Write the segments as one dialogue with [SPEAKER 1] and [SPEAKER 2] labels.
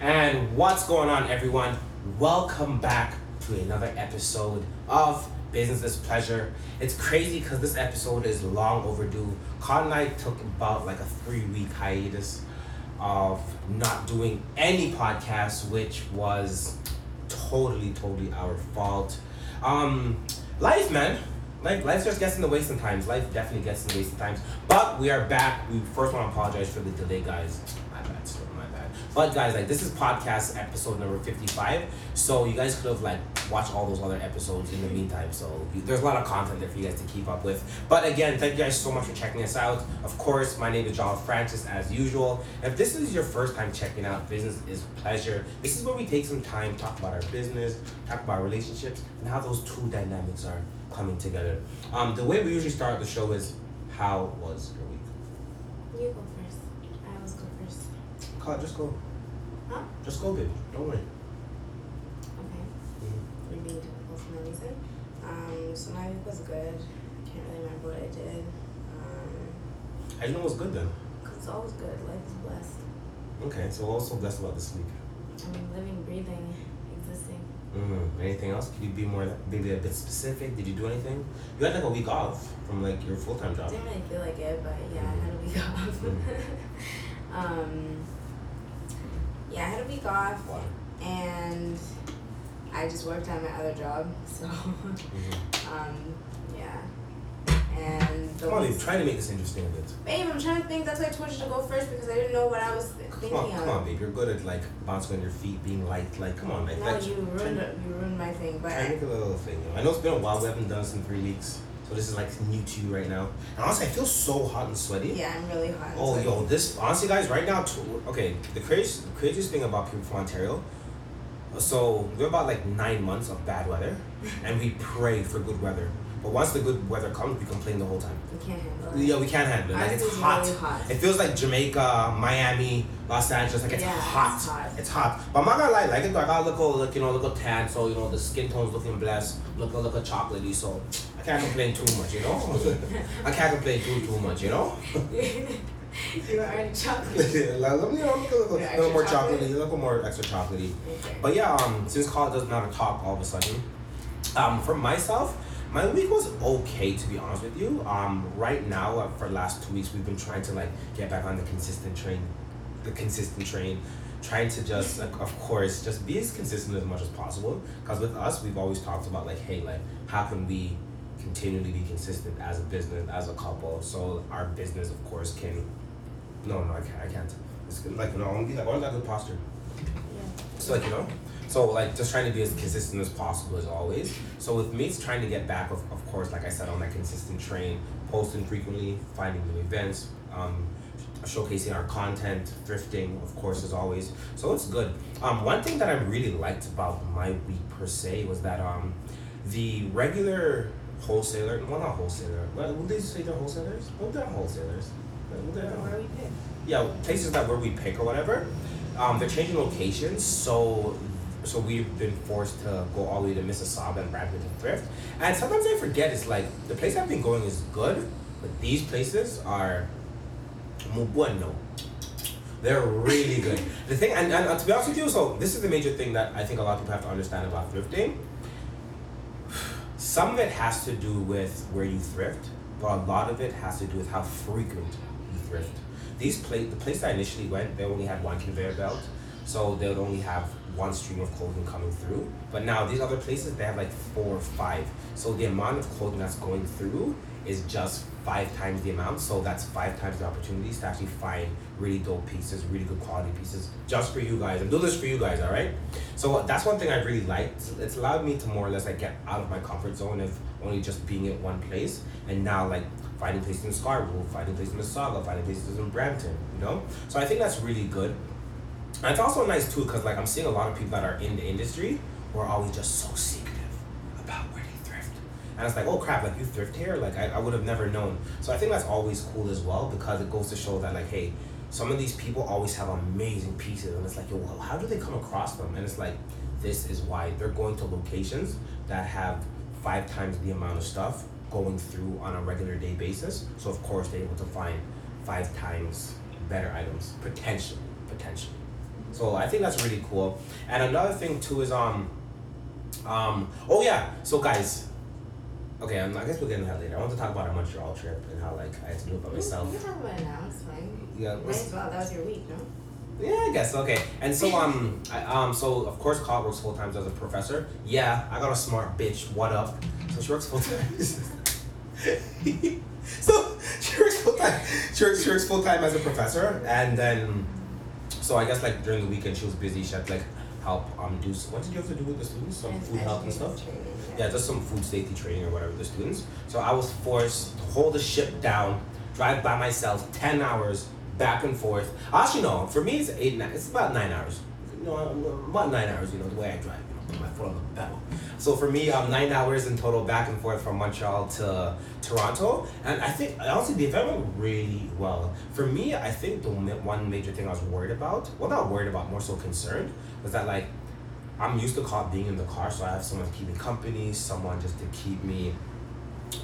[SPEAKER 1] And what's going on, everyone? Welcome back to another episode of Business is Pleasure. It's crazy because this episode is long overdue. Con and I took about like a three week hiatus of not doing any podcasts, which was totally, totally our fault. Um, life, man. Life, life just gets in the way sometimes. Life definitely gets in the way sometimes. But we are back. We first want to apologize for the delay, guys. My bad, still my bad. But guys, like this is podcast episode number fifty-five. So you guys could have like watched all those other episodes in the meantime. So you, there's a lot of content there for you guys to keep up with. But again, thank you guys so much for checking us out. Of course, my name is John Francis as usual. If this is your first time checking out Business is Pleasure, this is where we take some time talk about our business, talk about relationships, and how those two dynamics are coming together. Um, the way we usually start the show is, how was your week?
[SPEAKER 2] You go first. I always go first.
[SPEAKER 1] Call just go.
[SPEAKER 2] Huh?
[SPEAKER 1] Just go, baby. Don't worry.
[SPEAKER 2] Okay.
[SPEAKER 1] Mm-hmm.
[SPEAKER 2] Indeed. That's my reason. Um, so my week was good. I can't really remember what I did. Um,
[SPEAKER 1] How you know what's good then?
[SPEAKER 2] 'cause it's always good. Life is blessed.
[SPEAKER 1] Okay, so what's so blessed about this week?
[SPEAKER 2] I mean, living, breathing, existing.
[SPEAKER 1] Mm, anything else? Could you be more, maybe a bit specific? Did you do anything? You had like a week off from like your full time
[SPEAKER 2] I
[SPEAKER 1] job.
[SPEAKER 2] didn't really feel like it, but yeah, I had a week off.
[SPEAKER 1] Mm-hmm.
[SPEAKER 2] um, yeah, I had a week off,
[SPEAKER 1] Wow.
[SPEAKER 2] and I just worked on my other job. So,
[SPEAKER 1] Mm-hmm.
[SPEAKER 2] um, yeah. And the
[SPEAKER 1] Come on,
[SPEAKER 2] weeks-
[SPEAKER 1] babe, try to make this interesting a bit.
[SPEAKER 2] Babe, I'm trying to think. That's why I told you to go first because I didn't know what I was
[SPEAKER 1] Come
[SPEAKER 2] thinking
[SPEAKER 1] on,
[SPEAKER 2] of.
[SPEAKER 1] come on, babe. You're good at like bouncing on your feet, being light. Like, come on, like
[SPEAKER 2] No,
[SPEAKER 1] that.
[SPEAKER 2] you
[SPEAKER 1] try,
[SPEAKER 2] ruined it. You ruined my thing. But
[SPEAKER 1] try to make a little thing. You know? I know it's been a while. We haven't done this in three weeks, so this is like new to you right now. And honestly, I feel so hot and sweaty.
[SPEAKER 2] yeah, I'm really hot.
[SPEAKER 1] Oh,
[SPEAKER 2] so-
[SPEAKER 1] yo, this honestly, guys, right now, t- okay, the craziest, craziest thing about people from Ontario. uh, So we're about like nine months of bad weather, and we pray for good weather. But once the good weather comes, we complain the whole time.
[SPEAKER 2] You can't handle it.
[SPEAKER 1] Yeah, we can't handle it. Like
[SPEAKER 2] Ours
[SPEAKER 1] it's
[SPEAKER 2] is
[SPEAKER 1] hot.
[SPEAKER 2] really hot.
[SPEAKER 1] It feels like Jamaica, Miami, Los Angeles. Like it's
[SPEAKER 2] Yeah, it's
[SPEAKER 1] hot.
[SPEAKER 2] hot.
[SPEAKER 1] It's hot. But I'm not gonna lie, like I got a little, like you know, a little tan. So you know, the skin tone's looking blessed. Look, oh, look, chocolatey. So I can't complain too much, you know. I can't complain too too much, you know.
[SPEAKER 2] you were already chocolate.
[SPEAKER 1] Yeah, like, let me you know, make a little,
[SPEAKER 2] Yeah,
[SPEAKER 1] little more
[SPEAKER 2] extra chocolate.
[SPEAKER 1] chocolatey, a little more extra chocolatey.
[SPEAKER 2] Okay.
[SPEAKER 1] But yeah, um, since call doesn't have a top all of a sudden, um, for myself, my week was okay to be honest with you. Um, right now uh, for the last two weeks, we've been trying to like get back on the consistent train, the consistent train, trying to just like of course just be as consistent as much as possible. Cause with us, we've always talked about like, hey, like how can we continually be consistent as a business, as a couple, so our business of course can. No, no, I can't. I can't. It's good. like no, I'm be like, why is that good posture? So like you know, so like just trying to be as consistent as possible as always. So with me, it's trying to get back of, of course, like I said, on that consistent train, posting frequently, finding new events, um, showcasing our content, thrifting, of course, as always. So it's good. Um, one thing that I really liked about my week per se was that um, the regular wholesaler, well not wholesaler, well would they say they're wholesalers? Well they're wholesalers. Well,
[SPEAKER 2] Yeah.
[SPEAKER 1] they're- uh,
[SPEAKER 2] Where we pick?
[SPEAKER 1] yeah, places that where we pick or whatever, um, they're changing locations. So, so we've been forced to go all the way to Mississauga and Bradford to thrift. And sometimes I forget it's like the place I've been going is good, but these places are muy bueno. They're really good. the thing, and, and uh, to be honest with you, so this is the major thing that I think a lot of people have to understand about thrifting. Some of it has to do with where you thrift, but a lot of it has to do with how frequent you thrift. These place, the place I initially went, they only had one conveyor belt, so they would only have one stream of clothing coming through. But now these other places, they have like four or five. So the amount of clothing that's going through is just five times the amount. So that's five times the opportunities to actually find really dope pieces, really good quality pieces, just for you guys. I'm doing this for you guys, all right? So that's one thing I really liked. It's allowed me to more or less like get out of my comfort zone of only just being in one place, and now like finding places in Scarborough, finding places in Mississauga, finding places in Brampton. You know, so I think that's really good. And it's also nice too because like I'm seeing a lot of people that are in the industry who are always just so secretive about where they thrift. And it's like, oh crap, like you thrift here? Like I, I would have never known. So I think that's always cool as well because it goes to show that like, hey, some of these people always have amazing pieces and it's like, yo, well, how do they come across them? And it's like, this is why they're going to locations that have five times the amount of stuff going through on a regular day basis. So of course they're able to find five times better items potentially, potentially. So I think that's really cool. And another thing too is um, um. Oh yeah. So guys. Okay, I'm, I guess we'll get into that later. I want to talk about our Montreal trip and how like I had to do it by myself.
[SPEAKER 2] You can talk about it now. It's fine.
[SPEAKER 1] Yeah.
[SPEAKER 2] Might
[SPEAKER 1] let's-
[SPEAKER 2] as well. That was your week, no?
[SPEAKER 1] Yeah, I guess okay. And so um, I, um, so of course, Cloud works full time as a professor. Yeah, I got a smart bitch. What up? So she works full time. so she works full time. She works, she works full time as a professor, and then so I guess like during the weekend she was busy. She had to, like help um do s- what did you have to do with the students? Some
[SPEAKER 2] It's
[SPEAKER 1] food help and
[SPEAKER 2] education
[SPEAKER 1] stuff.
[SPEAKER 2] training,
[SPEAKER 1] Yeah, just some food safety training or whatever the students. So I was forced to hold the ship down, drive by myself ten hours back and forth. Actually, no, for me it's eight. ni- It's about nine hours. No, about nine hours. You know the way I drive. You know, put my foot on the pedal. So for me, um, nine hours in total back and forth from Montreal to Toronto, and I think honestly the event went really well. For me, I think the ma- one major thing I was worried about, well not worried about, more so concerned, was that like I'm used to car being in the car, so I have someone to keep me company, someone just to keep me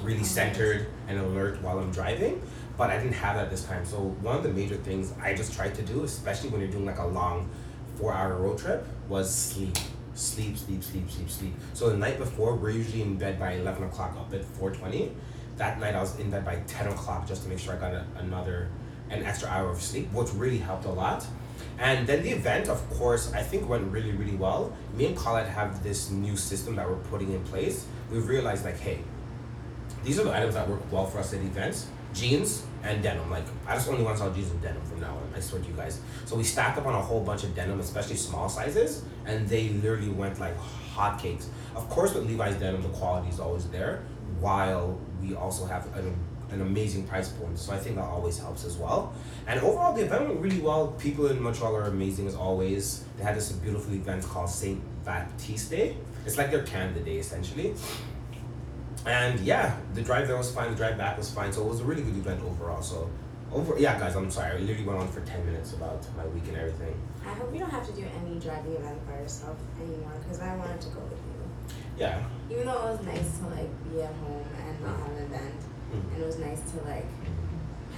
[SPEAKER 1] really centered and alert while I'm driving. But I didn't have that this time. So one of the major things I just tried to do, especially when you're doing like a long four hour road trip, was sleep. Sleep, sleep, sleep, sleep, sleep. So the night before, we're usually in bed by eleven o'clock, up at four twenty. That night I was in bed by ten o'clock just to make sure I got a, another an extra hour of sleep, which really helped a lot. And then the event, of course, I think went really, really well. Me and Colette have this new system that we're putting in place. We've realized like, hey, these are the items that work well for us at events jeans and denim like i just only want to sell jeans and denim from now on i swear to you guys so we stacked up on a whole bunch of denim especially small sizes and they literally went like hotcakes of course with levi's denim the quality is always there while we also have an, an amazing price point so i think that always helps as well and overall the event went really well people in montreal are amazing as always they had this beautiful event called saint baptiste day it's like their canada day essentially and yeah, the drive there was fine. The drive back was fine. So it was a really good event overall. So, over yeah, guys, I'm sorry. I literally went on for ten minutes about my week and everything.
[SPEAKER 2] I hope you don't have to do any driving event by yourself anymore because I wanted to go with you.
[SPEAKER 1] Yeah,
[SPEAKER 2] Even though it was nice to like be at home and not have an event,
[SPEAKER 1] Mhm.
[SPEAKER 2] and it was nice to like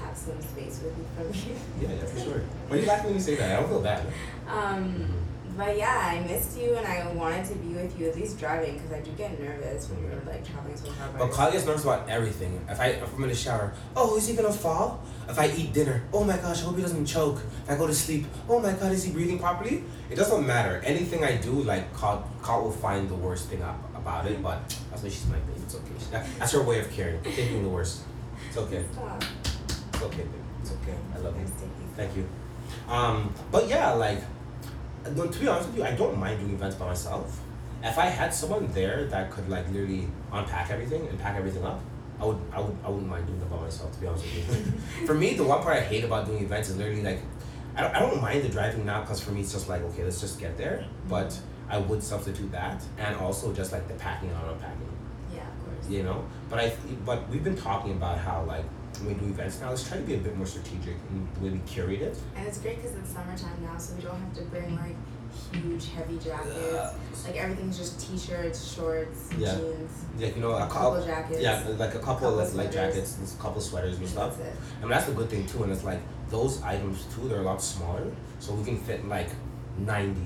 [SPEAKER 2] have some space with you from you.
[SPEAKER 1] yeah, yeah, for sure. Why you laughing when you say that? I don't feel bad.
[SPEAKER 2] Um, but yeah, I missed you and I wanted to be with you at least driving because I do get nervous when you're like traveling so far. by
[SPEAKER 1] But Claudia gets nervous about everything. If I if I'm in the shower, oh, is he gonna fall? If I eat dinner, oh my gosh, I hope he doesn't choke. If I go to sleep, oh my god, is he breathing properly? It doesn't matter. Anything I do, like Kat, Kat will find the worst thing up about it. But that's why she's my baby. It's okay. That, that's her way of caring, thinking the worst. It's okay.
[SPEAKER 2] Stop.
[SPEAKER 1] It's okay, babe. It's okay. I love you.
[SPEAKER 2] uh, Nice to meet
[SPEAKER 1] Thank you. Um, but yeah, like, no, to be honest with you, I don't mind doing events by myself. If I had someone there that could like literally unpack everything and pack everything up, I would, I would, I wouldn't mind doing it by myself. To be honest with you, for me, the one part I hate about doing events is literally like, I don't, I don't mind the driving now because for me it's just like okay, let's just get there. But I would substitute that and also just like the packing and unpacking
[SPEAKER 2] you. Yeah, of course.
[SPEAKER 1] you know but i but we've been talking about how like when we do events now let's try to be a bit more strategic in the way we curate it
[SPEAKER 2] And it's great because it's summertime now, so we don't have to bring like huge heavy jackets.
[SPEAKER 1] Yeah.
[SPEAKER 2] Like everything's just t-shirts, shorts,
[SPEAKER 1] Yeah.
[SPEAKER 2] jeans,
[SPEAKER 1] like you know a
[SPEAKER 2] a couple
[SPEAKER 1] couple
[SPEAKER 2] jackets.
[SPEAKER 1] yeah like a couple
[SPEAKER 2] Couple
[SPEAKER 1] of like
[SPEAKER 2] sweaters.
[SPEAKER 1] jackets and a couple sweaters and
[SPEAKER 2] and
[SPEAKER 1] stuff
[SPEAKER 2] That's it.
[SPEAKER 1] I mean, that's the good thing too, and it's like those items too, they're a lot smaller, so we can fit like 90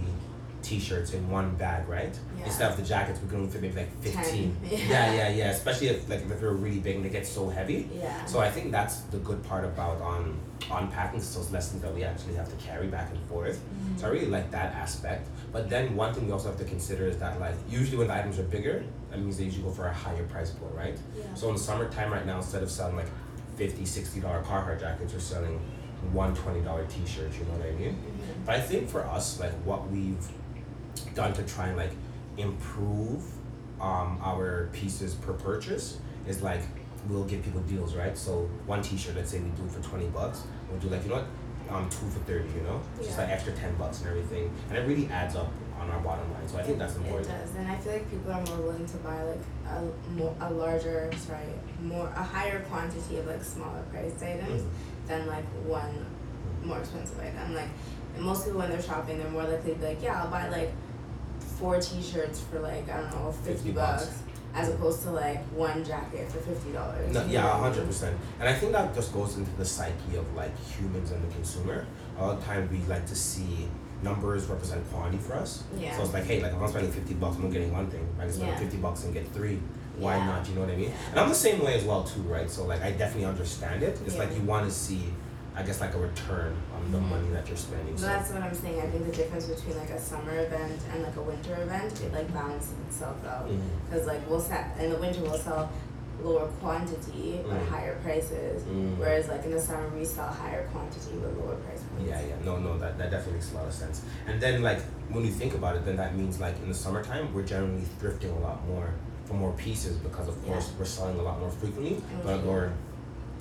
[SPEAKER 1] t-shirts in one bag, right?
[SPEAKER 2] Yeah.
[SPEAKER 1] Instead of the jackets, we can only fit maybe like 15.
[SPEAKER 2] Ten, yeah.
[SPEAKER 1] yeah, yeah, yeah, especially if like if they're really big and they get so heavy.
[SPEAKER 2] Yeah.
[SPEAKER 1] So I think that's the good part about on unpacking is those lessons that we actually have to carry back and forth.
[SPEAKER 2] Mm-hmm.
[SPEAKER 1] So I really like that aspect. But then one thing we also have to consider is that like usually when the items are bigger, that means they usually go for a higher price point, right?
[SPEAKER 2] Yeah.
[SPEAKER 1] So in the summertime right now, instead of selling like 50 $60 Carhartt jackets, we're selling one $20 t-shirts, you know what I mean?
[SPEAKER 2] Mhm.
[SPEAKER 1] But I think for us, like what we've done to try and like improve um, our pieces per purchase is like we'll give people deals, right? So one T-shirt, let's say we do for twenty bucks, we'll do like you know what, um, two for thirty, you know, just
[SPEAKER 2] Yeah.
[SPEAKER 1] like extra ten bucks and everything, and it really adds up on our bottom line. So I think that's important.
[SPEAKER 2] It does, and I feel like people are more willing to buy like a more a larger, sorry, more a higher quantity of like smaller priced items
[SPEAKER 1] Mm-hmm.
[SPEAKER 2] than like one more expensive item. Like and most people when they're shopping, they're more likely to be like, yeah, I'll buy like four T-shirts for like I don't know fifty
[SPEAKER 1] 50 bucks.
[SPEAKER 2] bucks, as opposed to like one jacket for fifty dollars.
[SPEAKER 1] No, yeah, hundred percent. And I think that just goes into the psyche of like humans and the consumer. A lot of time we like to see numbers represent quality for us.
[SPEAKER 2] Yeah.
[SPEAKER 1] So it's like, hey, like if I'm spending fifty bucks, I'm not getting one thing. I can spend
[SPEAKER 2] Yeah.
[SPEAKER 1] fifty bucks and get three. Why
[SPEAKER 2] Yeah.
[SPEAKER 1] not? You know what I mean?
[SPEAKER 2] Yeah.
[SPEAKER 1] And I'm the same way as well too, right? So like I definitely understand it. It's
[SPEAKER 2] Yeah.
[SPEAKER 1] like you want to see, I guess, like a return on the
[SPEAKER 2] Mhm.
[SPEAKER 1] money that you're spending.
[SPEAKER 2] But
[SPEAKER 1] So
[SPEAKER 2] that's what I'm saying. I think the difference between like a summer event and like a winter event, it like balances itself out.
[SPEAKER 1] Mhm.
[SPEAKER 2] Because like we'll sell in the winter we'll sell lower quantity but
[SPEAKER 1] Mm.
[SPEAKER 2] higher prices,
[SPEAKER 1] Mm.
[SPEAKER 2] whereas like in the summer we sell higher quantity but lower price points.
[SPEAKER 1] Yeah, yeah, no, no, that, that definitely makes a lot of sense. And then, like, when you think about it, then that means, like, in the summertime, we're generally thrifting a lot more for more pieces because, of course, we're selling a lot more frequently, but at
[SPEAKER 2] Mhm.
[SPEAKER 1] lower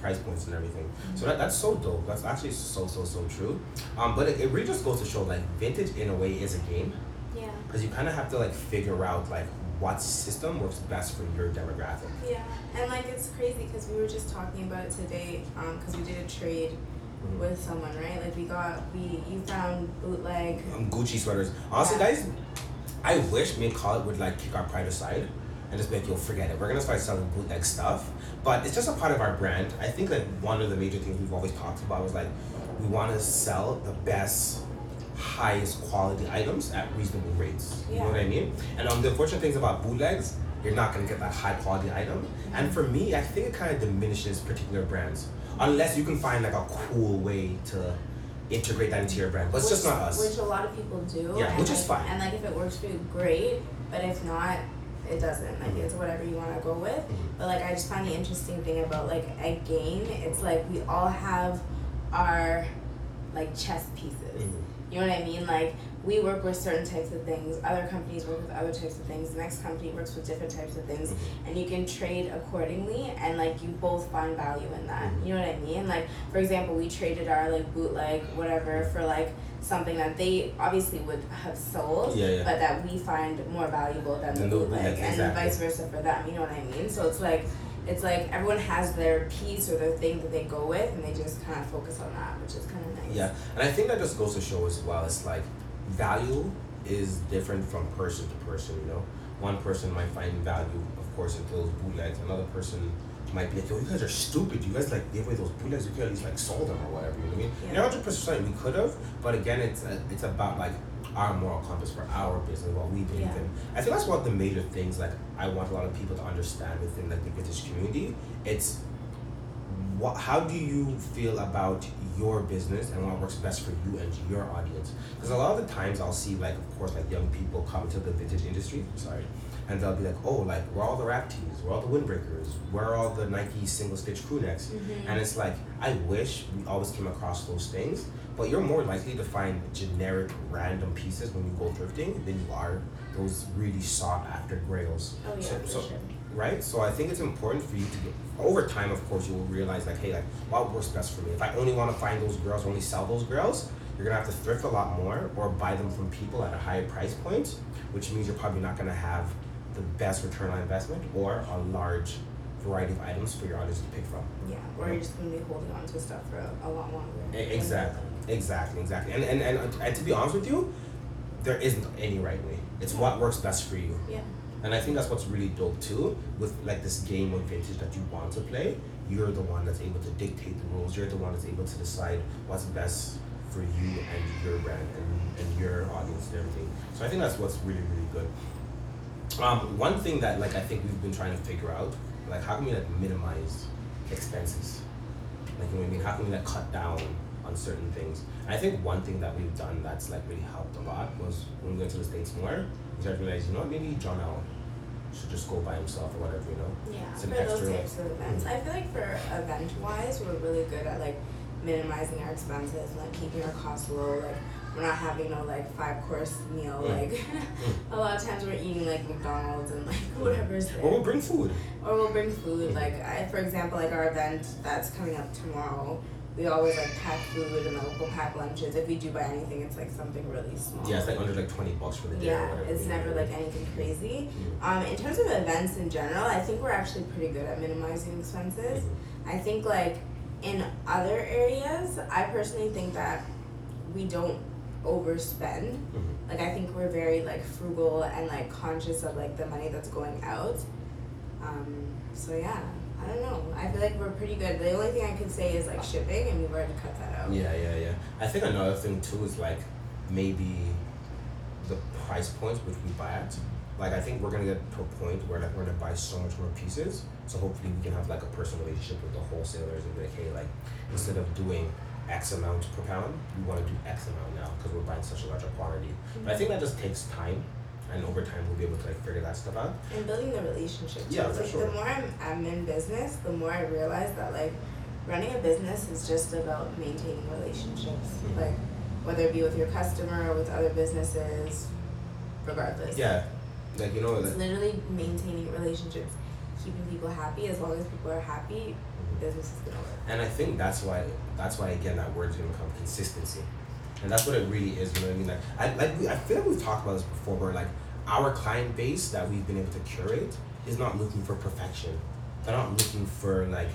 [SPEAKER 1] price points and everything. So that, that's so dope. That's actually so, so, so true. Um, but it, it really just goes to show, like, vintage in a way is a game
[SPEAKER 2] Yeah.
[SPEAKER 1] because you kind of have to, like, figure out, like, what system works best for your demographic.
[SPEAKER 2] Yeah, and like it's crazy because we were just talking about it today because we did a trade
[SPEAKER 1] Mhm.
[SPEAKER 2] with someone, right? Like we got we you found bootleg.
[SPEAKER 1] um, Gucci sweaters. Honestly,
[SPEAKER 2] Yeah.
[SPEAKER 1] guys, I wish me and Khaled would like kick our pride aside and just be like, yo, forget it. We're gonna start selling bootleg stuff, but it's just a part of our brand. I think like one of the major things we've always talked about was like we want to sell the best, highest quality items at reasonable rates. You know
[SPEAKER 2] Yeah.
[SPEAKER 1] what I mean? And um, the unfortunate things about bootlegs, you're not gonna get that high quality item. And for me, I think it kind of diminishes particular brands unless you can find like a cool way to integrate that into your brand. But it's just
[SPEAKER 2] which-
[SPEAKER 1] not us.
[SPEAKER 2] Which a lot of people do.
[SPEAKER 1] Yeah,
[SPEAKER 2] and
[SPEAKER 1] which
[SPEAKER 2] like,
[SPEAKER 1] is fine.
[SPEAKER 2] And like if it works for you, great. But if not, it doesn't. Like
[SPEAKER 1] Mhm.
[SPEAKER 2] it's whatever you want to go with.
[SPEAKER 1] Mhm.
[SPEAKER 2] But like I just find the interesting thing about like a game, it's like we all have our like chess pieces.
[SPEAKER 1] Mm-hmm.
[SPEAKER 2] You know what I mean? Like we work with certain types of things, other companies work with other types of things, the next company works with different types of things, and you can trade accordingly and like you both find value in that.
[SPEAKER 1] Mm-hmm.
[SPEAKER 2] You know what I mean? Like for example, we traded our like bootleg whatever for like something that they obviously would have sold
[SPEAKER 1] Yeah, yeah.
[SPEAKER 2] but that we find more valuable than the
[SPEAKER 1] Than the
[SPEAKER 2] bootleg
[SPEAKER 1] bootleg,
[SPEAKER 2] and
[SPEAKER 1] exactly.
[SPEAKER 2] vice versa for them, you know what I mean? So it's like it's like everyone has their piece or their thing that they go with and they just kinda focus on that, which is kinda nice.
[SPEAKER 1] Yeah, and I think that just goes to show as well. It's like value is different from person to person. You know, one person might find value, of course, in those bootlegs. Another person might be like, "Yo, you guys are stupid. You guys like gave away those bootlegs. You could at least like sold them or whatever." You know what I mean?
[SPEAKER 2] Yeah.
[SPEAKER 1] And hundred percent, we could have, but again, it's uh it's about like our moral compass for our business, what we believe
[SPEAKER 2] Yeah.
[SPEAKER 1] in. I think that's one of the major things like I want a lot of people to understand within like the vintage community. It's what, how do you feel about your business and what works best for you and your audience? Because a lot of the times I'll see like, of course, like young people come into the vintage industry. Sorry, and they'll be like, oh, like we're all the rap teams, we're all the windbreakers, we're all the Nike single stitch crew necks,
[SPEAKER 2] Mm-hmm.
[SPEAKER 1] and it's like I wish we always came across those things. But you're more likely to find generic random pieces when you go thrifting than you are those really sought after grails.
[SPEAKER 2] Oh yeah,
[SPEAKER 1] So-
[SPEAKER 2] for
[SPEAKER 1] so-
[SPEAKER 2] sure.
[SPEAKER 1] right? So I think it's important for you to get over time. Of course, you will realize like, hey, like what works best for me. If I only want to find those girls, only sell those girls, you're gonna have to thrift a lot more or buy them from people at a higher price point, which means you're probably not gonna have the best return on investment or a large variety of items for your audience to pick from.
[SPEAKER 2] Yeah, or you're just gonna be holding on to stuff for a, a lot longer.
[SPEAKER 1] E- Exactly, exactly, exactly. And and, and and to be honest with you, there isn't any right way. It's what works best for you.
[SPEAKER 2] Yeah.
[SPEAKER 1] And I think that's what's really dope too, with like this game of vintage that you want to play. You're the one that's able to dictate the rules. You're the one that's able to decide what's best for you and your brand and, and your audience and everything. So I think that's what's really really good. Um, one thing that like I think we've been trying to figure out, like how can we like minimize expenses? Like you know what I mean, how can we like cut down on certain things? I think one thing that we've done that's like really helped a lot was when we went to the states more, we I realized you know what, maybe John L should just go by himself or whatever you know.
[SPEAKER 2] Yeah,
[SPEAKER 1] It's
[SPEAKER 2] for
[SPEAKER 1] an
[SPEAKER 2] those
[SPEAKER 1] extra-
[SPEAKER 2] types of events. I feel like for event wise, we're really good at like minimizing our expenses and like keeping our costs low. Like we're not having no like five course meal.
[SPEAKER 1] Mm.
[SPEAKER 2] Like a lot of times we're eating like McDonald's and like
[SPEAKER 1] Hmm.
[SPEAKER 2] whatever's there.
[SPEAKER 1] Or we'll bring food.
[SPEAKER 2] Or we'll bring
[SPEAKER 1] Hmm.
[SPEAKER 2] food. Like I, for example, like our event that's coming up tomorrow. We always like pack food and like we'll pack lunches. If we do buy anything, it's like something really small.
[SPEAKER 1] Yeah, it's like under like twenty bucks for the day. or
[SPEAKER 2] Yeah,
[SPEAKER 1] whatever,
[SPEAKER 2] it's
[SPEAKER 1] you know mm-hmm.
[SPEAKER 2] never
[SPEAKER 1] what I
[SPEAKER 2] like
[SPEAKER 1] mean?
[SPEAKER 2] anything crazy. Um, in terms of events in general, I think we're actually pretty good at minimizing expenses. I think like in other areas, I personally think that we don't overspend.
[SPEAKER 1] Mhm.
[SPEAKER 2] Like I think we're very like frugal and like conscious of like the money that's going out. Um, so yeah, I don't know. I feel like we're pretty good. The only thing I could say is like shipping, and we've already cut that out.
[SPEAKER 1] Yeah, yeah, yeah. I think another thing too is like maybe the price points which we buy at. Like I think we're gonna get to a point where like we're gonna buy so much more pieces. So hopefully we can have like a personal relationship with the wholesalers and be like, hey, like instead of doing X amount per pound, we want to do X amount now because we're buying such a larger quantity. But I think that just takes time, and over time we'll be able to like figure that stuff out.
[SPEAKER 2] and building the relationship too.
[SPEAKER 1] Yeah,
[SPEAKER 2] It's
[SPEAKER 1] for
[SPEAKER 2] like
[SPEAKER 1] sure.
[SPEAKER 2] the more I'm, I'm in business, the more I realize that like running a business is just about maintaining relationships.
[SPEAKER 1] Mhm.
[SPEAKER 2] Like whether it be with your customer or with other businesses, regardless.
[SPEAKER 1] Yeah, like you know,
[SPEAKER 2] It's
[SPEAKER 1] like
[SPEAKER 2] literally maintaining relationships, keeping people happy. As long as people are happy, business is gonna work.
[SPEAKER 1] And I think that's why that's why again that word's gonna come consistency, and that's what it really is. You know what I mean? Like I like we, I feel like we've talked about this before, where like our client base that we've been able to curate is not looking for perfection. They're not looking for like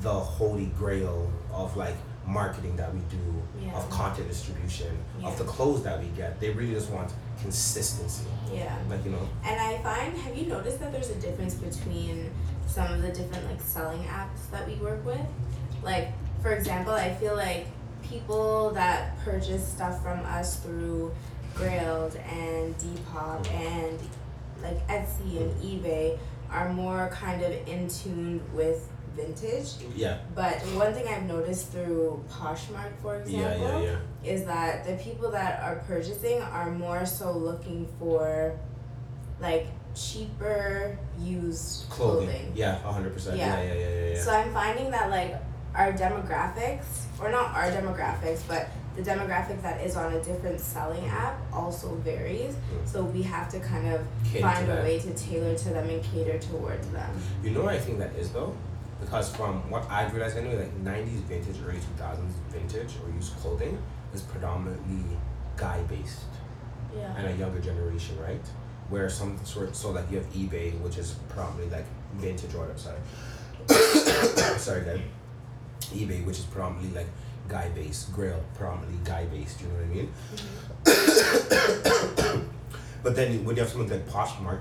[SPEAKER 1] the holy grail of like marketing that we do,
[SPEAKER 2] Yeah.
[SPEAKER 1] of content distribution,
[SPEAKER 2] Yeah.
[SPEAKER 1] of the clothes that we get. They really just want consistency.
[SPEAKER 2] Yeah.
[SPEAKER 1] Like you know,
[SPEAKER 2] And I find, have you noticed that there's a difference between some of the different like selling apps that we work with? Like, for example, I feel like people that purchase stuff from us through Grailed and Depop and like Etsy and eBay are more kind of in tune with vintage.
[SPEAKER 1] yeah,
[SPEAKER 2] But one thing I've noticed through Poshmark, for example,
[SPEAKER 1] yeah, yeah, yeah.
[SPEAKER 2] is that the people that are purchasing are more so looking for like cheaper used
[SPEAKER 1] Clothing,
[SPEAKER 2] clothing.
[SPEAKER 1] yeah, hundred percent, yeah,
[SPEAKER 2] Yeah.
[SPEAKER 1] yeah, yeah, yeah, yeah.
[SPEAKER 2] So I'm finding that like our demographics, or not our demographics, but the demographic that is on a different selling app also varies.
[SPEAKER 1] Mm.
[SPEAKER 2] So we have to kind of
[SPEAKER 1] Cater to
[SPEAKER 2] find a
[SPEAKER 1] that.
[SPEAKER 2] way to tailor to them and cater towards them.
[SPEAKER 1] You know what I think that is though? Because from what I've realized anyway, like nineties vintage, early two thousands vintage or used clothing is predominantly guy based
[SPEAKER 2] Yeah.
[SPEAKER 1] and a younger generation, right? Where some sort so like you have eBay, which is predominantly like vintage or sorry. sorry guys. eBay, which is predominantly like guy based, grail predominantly guy based, you know what I mean? but then when you have something like Poshmark,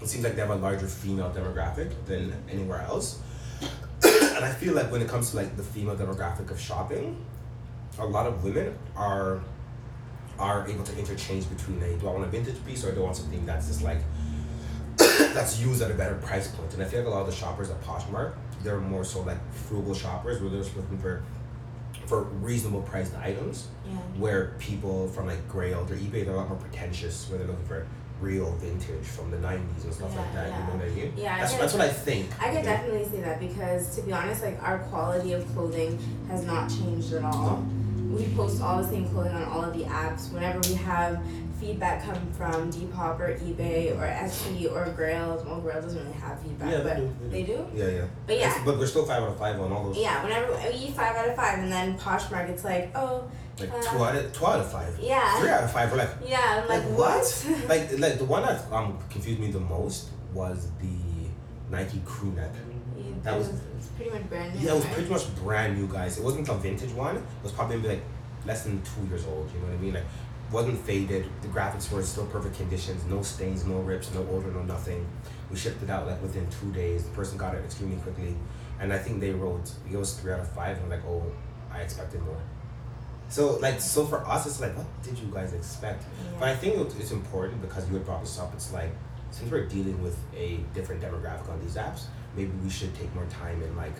[SPEAKER 1] it seems like they have a larger female demographic than anywhere else. and I feel like when it comes to like the female demographic of shopping, a lot of women are are able to interchange between a do I want a vintage piece or do I want something that's just like that's used at a better price point. And I feel like a lot of the shoppers at Poshmark, they're more so like frugal shoppers where they're just looking for for reasonable priced items
[SPEAKER 2] Yeah.
[SPEAKER 1] where people from like Grailed or eBay, they're a lot more pretentious where they're looking for real vintage from the 90s and stuff like
[SPEAKER 2] Yeah,
[SPEAKER 1] that. You know
[SPEAKER 2] yeah.
[SPEAKER 1] what I mean?
[SPEAKER 2] Yeah, I
[SPEAKER 1] That's,
[SPEAKER 2] get-
[SPEAKER 1] that's what I think.
[SPEAKER 2] I
[SPEAKER 1] you
[SPEAKER 2] could
[SPEAKER 1] know?
[SPEAKER 2] definitely see that because to be honest, like our quality of clothing has not changed at all. We post all the same clothing on all of the apps. Whenever we have feedback come from Depop or eBay or Etsy or Grail, well, Grail doesn't really have feedback,
[SPEAKER 1] Yeah, they
[SPEAKER 2] but
[SPEAKER 1] do, they
[SPEAKER 2] they do.
[SPEAKER 1] Yeah, yeah.
[SPEAKER 2] But yeah,
[SPEAKER 1] But we're still 5 out of 5 on all those.
[SPEAKER 2] yeah. Whenever we five out of five, and then Poshmark, it's like, oh,
[SPEAKER 1] Like
[SPEAKER 2] Uh,
[SPEAKER 1] 2 out of, two out of 5.
[SPEAKER 2] yeah.
[SPEAKER 1] 3 out of 5. We're like,
[SPEAKER 2] yeah. I'm like,
[SPEAKER 1] Like,
[SPEAKER 2] what?
[SPEAKER 1] like, like the one that um, confused me the most was the Nike crew neck.
[SPEAKER 2] Yeah,
[SPEAKER 1] That was-
[SPEAKER 2] it's pretty much brand new.
[SPEAKER 1] Yeah, it was
[SPEAKER 2] right?
[SPEAKER 1] pretty much brand new, guys. It wasn't a vintage one. It was probably maybe like less than two years old. You know what I mean? Like, wasn't faded. The graphics were in still perfect conditions. No stains, no rips, no odor, no nothing. We shipped it out like within two days. The person got it extremely quickly, and I think they wrote it was three out of five. And I'm like, oh, I expected more. So like, so for us, it's like, what did you guys expect? But I
[SPEAKER 2] Yeah.
[SPEAKER 1] think it- it's important because you had brought this up. It's like since we're dealing with a different demographic on these apps, maybe we should take more time in like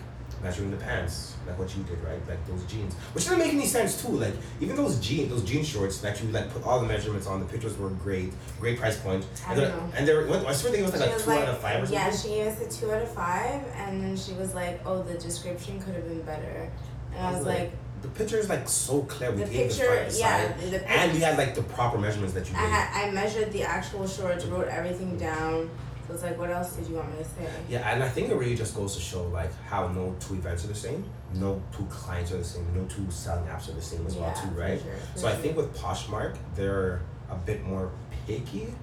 [SPEAKER 1] measuring the pants, like what you did, right? Like those jeans, which doesn't make any sense too. Like even those jeans, those jean shorts that you like put all the measurements on. The pictures were great, great price point.
[SPEAKER 2] I
[SPEAKER 1] And they're-
[SPEAKER 2] know.
[SPEAKER 1] And they were, I swear they was like,
[SPEAKER 2] She
[SPEAKER 1] like
[SPEAKER 2] was
[SPEAKER 1] two out of five or something.
[SPEAKER 2] Yeah, she gave us a two out of five, and then she was like, "Oh, the description could have been better." And I was like,
[SPEAKER 1] the picture is like so clear. We
[SPEAKER 2] "The
[SPEAKER 1] gave the front
[SPEAKER 2] picture,
[SPEAKER 1] and
[SPEAKER 2] yeah,
[SPEAKER 1] side,
[SPEAKER 2] the pic-
[SPEAKER 1] and we had like the proper measurements that you
[SPEAKER 2] I
[SPEAKER 1] did.
[SPEAKER 2] had I measured the actual shorts, wrote everything down. So it's like, what else did you want me to say?
[SPEAKER 1] Yeah, and I think it really just goes to show like how no two events are the same, no two clients are the same, no two selling apps are the same as well
[SPEAKER 2] Yeah,
[SPEAKER 1] too,
[SPEAKER 2] for
[SPEAKER 1] right?
[SPEAKER 2] sure, for
[SPEAKER 1] So I
[SPEAKER 2] sure.
[SPEAKER 1] think with Poshmark, they're a bit more picky.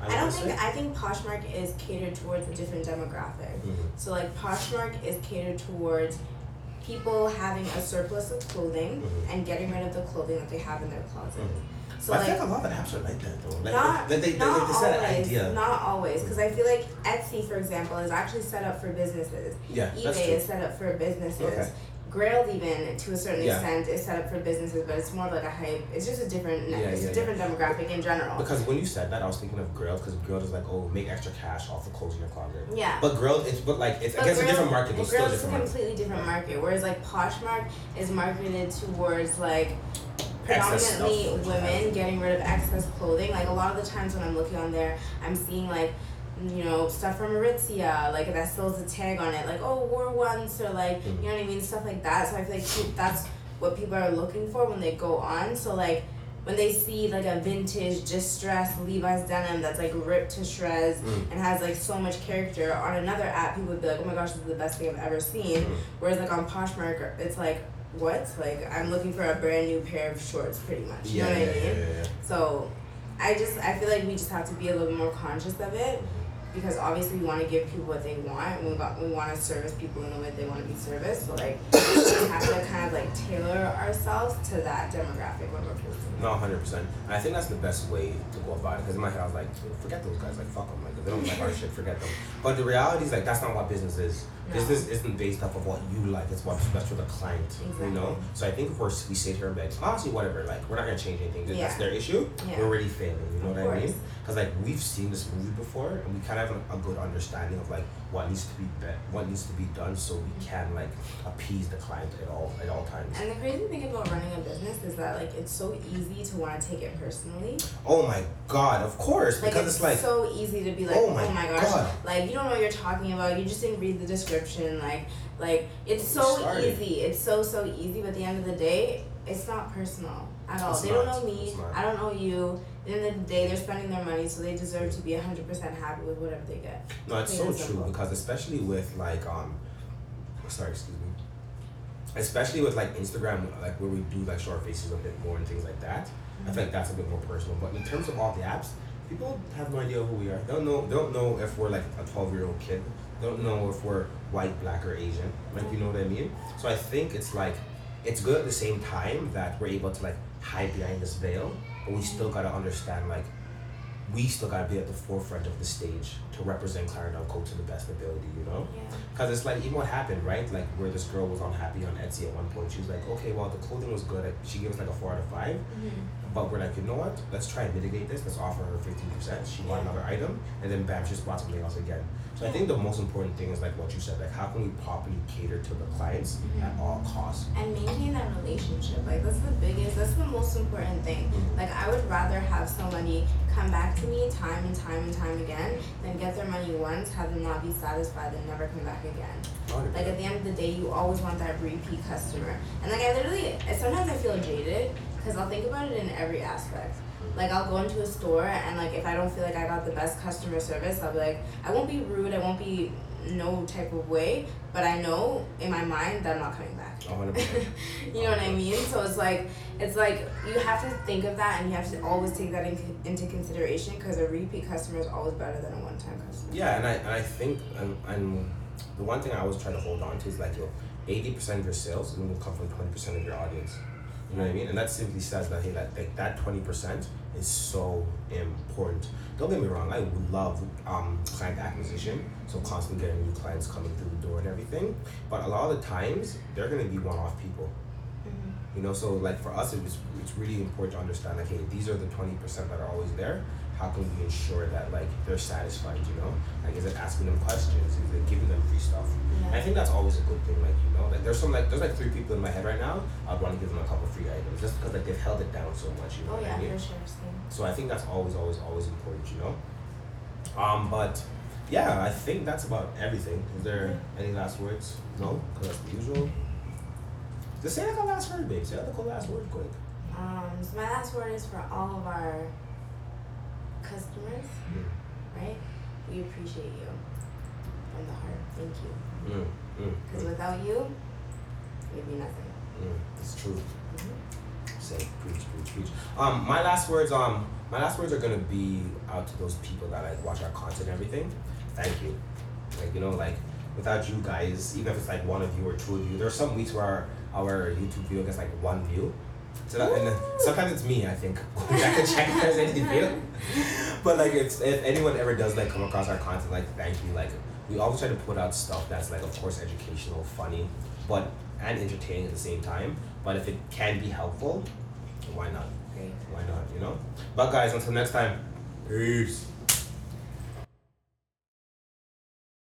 [SPEAKER 2] I don't
[SPEAKER 1] wanna
[SPEAKER 2] think
[SPEAKER 1] say.
[SPEAKER 2] I think Poshmark is catered towards a different demographic.
[SPEAKER 1] Mhm.
[SPEAKER 2] So like Poshmark is catered towards people having a surplus of clothing
[SPEAKER 1] Mhm.
[SPEAKER 2] and getting rid of the clothing that they have in their closet.
[SPEAKER 1] But Mm-hmm.
[SPEAKER 2] So
[SPEAKER 1] I
[SPEAKER 2] like
[SPEAKER 1] think a lot of apps are like that though. Like
[SPEAKER 2] not,
[SPEAKER 1] they, they, they,
[SPEAKER 2] not
[SPEAKER 1] they set an
[SPEAKER 2] always,
[SPEAKER 1] idea.
[SPEAKER 2] Not always, because I feel like Etsy, for example, is actually set up for businesses.
[SPEAKER 1] yeah, that's
[SPEAKER 2] eBay
[SPEAKER 1] true.
[SPEAKER 2] is set up for businesses.
[SPEAKER 1] Okay.
[SPEAKER 2] Grailed even to a certain
[SPEAKER 1] Yeah.
[SPEAKER 2] extent is set up for businesses, but it's more of like a hype. It's just a different,
[SPEAKER 1] Yeah,
[SPEAKER 2] it's
[SPEAKER 1] yeah,
[SPEAKER 2] a
[SPEAKER 1] yeah.
[SPEAKER 2] different demographic in general.
[SPEAKER 1] Because when you said that, I was thinking of girls because girls is like, oh, make extra cash off of closing your closet.
[SPEAKER 2] yeah.
[SPEAKER 1] But girls, it's but like it's
[SPEAKER 2] But
[SPEAKER 1] I guess a
[SPEAKER 2] Grailed-
[SPEAKER 1] different market, but
[SPEAKER 2] and
[SPEAKER 1] still a
[SPEAKER 2] Grailed is a
[SPEAKER 1] different market.
[SPEAKER 2] completely different market. Whereas like Poshmark is marketed towards like
[SPEAKER 1] Excess stuff
[SPEAKER 2] predominantly
[SPEAKER 1] that you
[SPEAKER 2] women
[SPEAKER 1] have.
[SPEAKER 2] getting rid of excess clothing. Like a lot of the times when I'm looking on there, I'm seeing like you know stuff from Aritzia, like that still has a tag on it, like oh wore once or like
[SPEAKER 1] Mhm.
[SPEAKER 2] you know what I mean, stuff like that. So I feel like pe- that's what people are looking for when they go on. So like when they see like a vintage distressed Levi's denim that's like ripped to shreds
[SPEAKER 1] Mm.
[SPEAKER 2] and has like so much character on another app, people would be like, oh my gosh, this is the best thing I've ever seen.
[SPEAKER 1] Mhm.
[SPEAKER 2] Whereas like on Poshmark, it's like what? Like I'm looking for a brand new pair of shorts, pretty much. You know
[SPEAKER 1] Yeah,
[SPEAKER 2] what
[SPEAKER 1] yeah,
[SPEAKER 2] I mean?
[SPEAKER 1] yeah, yeah, yeah.
[SPEAKER 2] So I just I feel like we just have to be a little more conscious of it because obviously we want to give people what they want. We want we want to service people in the way they want to be serviced. So like we just have to kind of like tailor ourselves to that demographic when we're posting.
[SPEAKER 1] No, hundred percent. I think that's the best way to go about it. Because in my head, I was like, forget those guys. Like, fuck them. Like, if they don't like our shit, forget them. But the reality is, like, that's not what business is.
[SPEAKER 2] No.
[SPEAKER 1] Business isn't based off of what you like. It's what's best for the client. You know.
[SPEAKER 2] Exactly.
[SPEAKER 1] So I think if we're, we sit here and be like, honestly, whatever. Like, we're not gonna change anything. If That's
[SPEAKER 2] Yeah.
[SPEAKER 1] their issue.
[SPEAKER 2] Yeah.
[SPEAKER 1] We're already failing. You know
[SPEAKER 2] Of
[SPEAKER 1] what I
[SPEAKER 2] course.
[SPEAKER 1] mean? Because like we've seen this movie before, and we kind of have a, a good understanding of like what needs to be, be what needs to be done, so we can like appease the client at all at all times.
[SPEAKER 2] And the crazy thing about running a business is that like it's so easy to want to take it personally.
[SPEAKER 1] Oh my god! Of course,
[SPEAKER 2] Like
[SPEAKER 1] because it's like.
[SPEAKER 2] so easy to be like,
[SPEAKER 1] Oh my
[SPEAKER 2] gosh,
[SPEAKER 1] God.
[SPEAKER 2] like you don't know what you're talking about. You just didn't read the description. Like, like it's
[SPEAKER 1] It
[SPEAKER 2] so
[SPEAKER 1] started.
[SPEAKER 2] easy. It's so so easy. But at the end of the day, it's not personal at all.
[SPEAKER 1] It's
[SPEAKER 2] they
[SPEAKER 1] not.
[SPEAKER 2] don't know me.
[SPEAKER 1] It's not.
[SPEAKER 2] I don't know you. At the end of the day, they're spending their money, so they deserve to be hundred percent happy with whatever they get.
[SPEAKER 1] No, it's
[SPEAKER 2] Yeah,
[SPEAKER 1] so
[SPEAKER 2] it's
[SPEAKER 1] true
[SPEAKER 2] simple.
[SPEAKER 1] because especially with like um, sorry, excuse me. Especially with like Instagram, like where we do like show our faces a bit more and things like that. I feel like that's a bit more personal. But in terms of all the apps, people have no idea who we are. They don't know. They don't know if we're like a twelve year old kid. They don't know if we're white, black, or Asian. Like you know what I mean. So I think it's like it's good at the same time that we're able to like hide behind this veil, but we still gotta understand like we still gotta be at the forefront of the stage to represent Clarendon Code to the best ability, you know?
[SPEAKER 2] Yeah.
[SPEAKER 1] Because it's like, even what happened, right? Like, where this girl was unhappy on Etsy at one point, she was like, okay, well, the clothing was good. Like, she gave us like a four out of five,
[SPEAKER 2] Mm-hmm.
[SPEAKER 1] but we're like, you know what? Let's try and mitigate this. Let's offer her 15%. She bought another item, and then bam, she just bought something else again. So I think the most important thing is like what you said, like, how can we properly cater to the clients at all costs?
[SPEAKER 2] and maintain that relationship. Like that's the biggest, that's the most important thing. Like I would rather have somebody come back to me time and time and time again than get their money once, have them not be satisfied, and never come back again. Like at the end of the day, you always want that repeat customer. And like I literally, sometimes I feel jaded because I'll think about it in every aspect. Like I'll go into a store and like if I don't feel like I got the best customer service, I'll be like, I won't be rude, I won't be no type of way, but I know in my mind that I'm not coming back
[SPEAKER 1] A hundred percent.
[SPEAKER 2] you know what I mean? So it's like it's like you have to think of that, and you have to always take that in, into consideration because a repeat customer is always better than a one-time customer.
[SPEAKER 1] Yeah, and I and I think and, and the one thing I always try to hold on to is like yo, eighty percent of your sales will come from twenty percent of your audience. You know what I mean? And that simply says that hey, like, like that twenty percent is so important. Don't get me wrong, I love um, client acquisition, so constantly getting new clients coming through the door and everything. But a lot of the times, they're gonna be one-off people. You know, so like for us, it was it's really important to understand like, hey, these are the twenty percent that are always there. How can we ensure that like they're satisfied? You know, like is it asking them questions? Is it giving them free stuff? And I
[SPEAKER 2] Yeah.
[SPEAKER 1] think that's always a good thing. Like you know, like there's some like there's like three people in my head right now. I'd want to give them a couple free items just because like they've held it down so much. You know
[SPEAKER 2] Oh
[SPEAKER 1] what
[SPEAKER 2] yeah,
[SPEAKER 1] I mean?
[SPEAKER 2] for sure. Same.
[SPEAKER 1] So I think that's always, always, always important, you know. Um, but yeah, I think that's about everything. Is there any last words? No, because that's the usual. Just say like a last word, babe. Say like a last word, quick.
[SPEAKER 2] Um, so my last word is for all of our customers,
[SPEAKER 1] Mm,
[SPEAKER 2] right? We appreciate you from the heart. Thank you.
[SPEAKER 1] Mm, mm,
[SPEAKER 2] Because
[SPEAKER 1] mm,
[SPEAKER 2] without you, we'd be nothing.
[SPEAKER 1] mm. It's true.
[SPEAKER 2] Mhm.
[SPEAKER 1] Say preach, preach, preach. Um, my last words. Um, my last words are gonna be out to those people that like watch our content and everything. Thank you. Like you know, like without you guys, even if it's like one of you or two of you, there's some weeks where our, our YouTube video gets like one view. So that, and then
[SPEAKER 2] Woo!
[SPEAKER 1] sometimes it's me, I think. I could check if there's any view. But like, if, if anyone ever does like come across our content, like thank you. Like we always try to put out stuff that's like, of course, educational, funny, but and entertaining at the same time. But if it can be helpful, why not?
[SPEAKER 2] Great.
[SPEAKER 1] Why not? You know. But guys, until next time. Peace.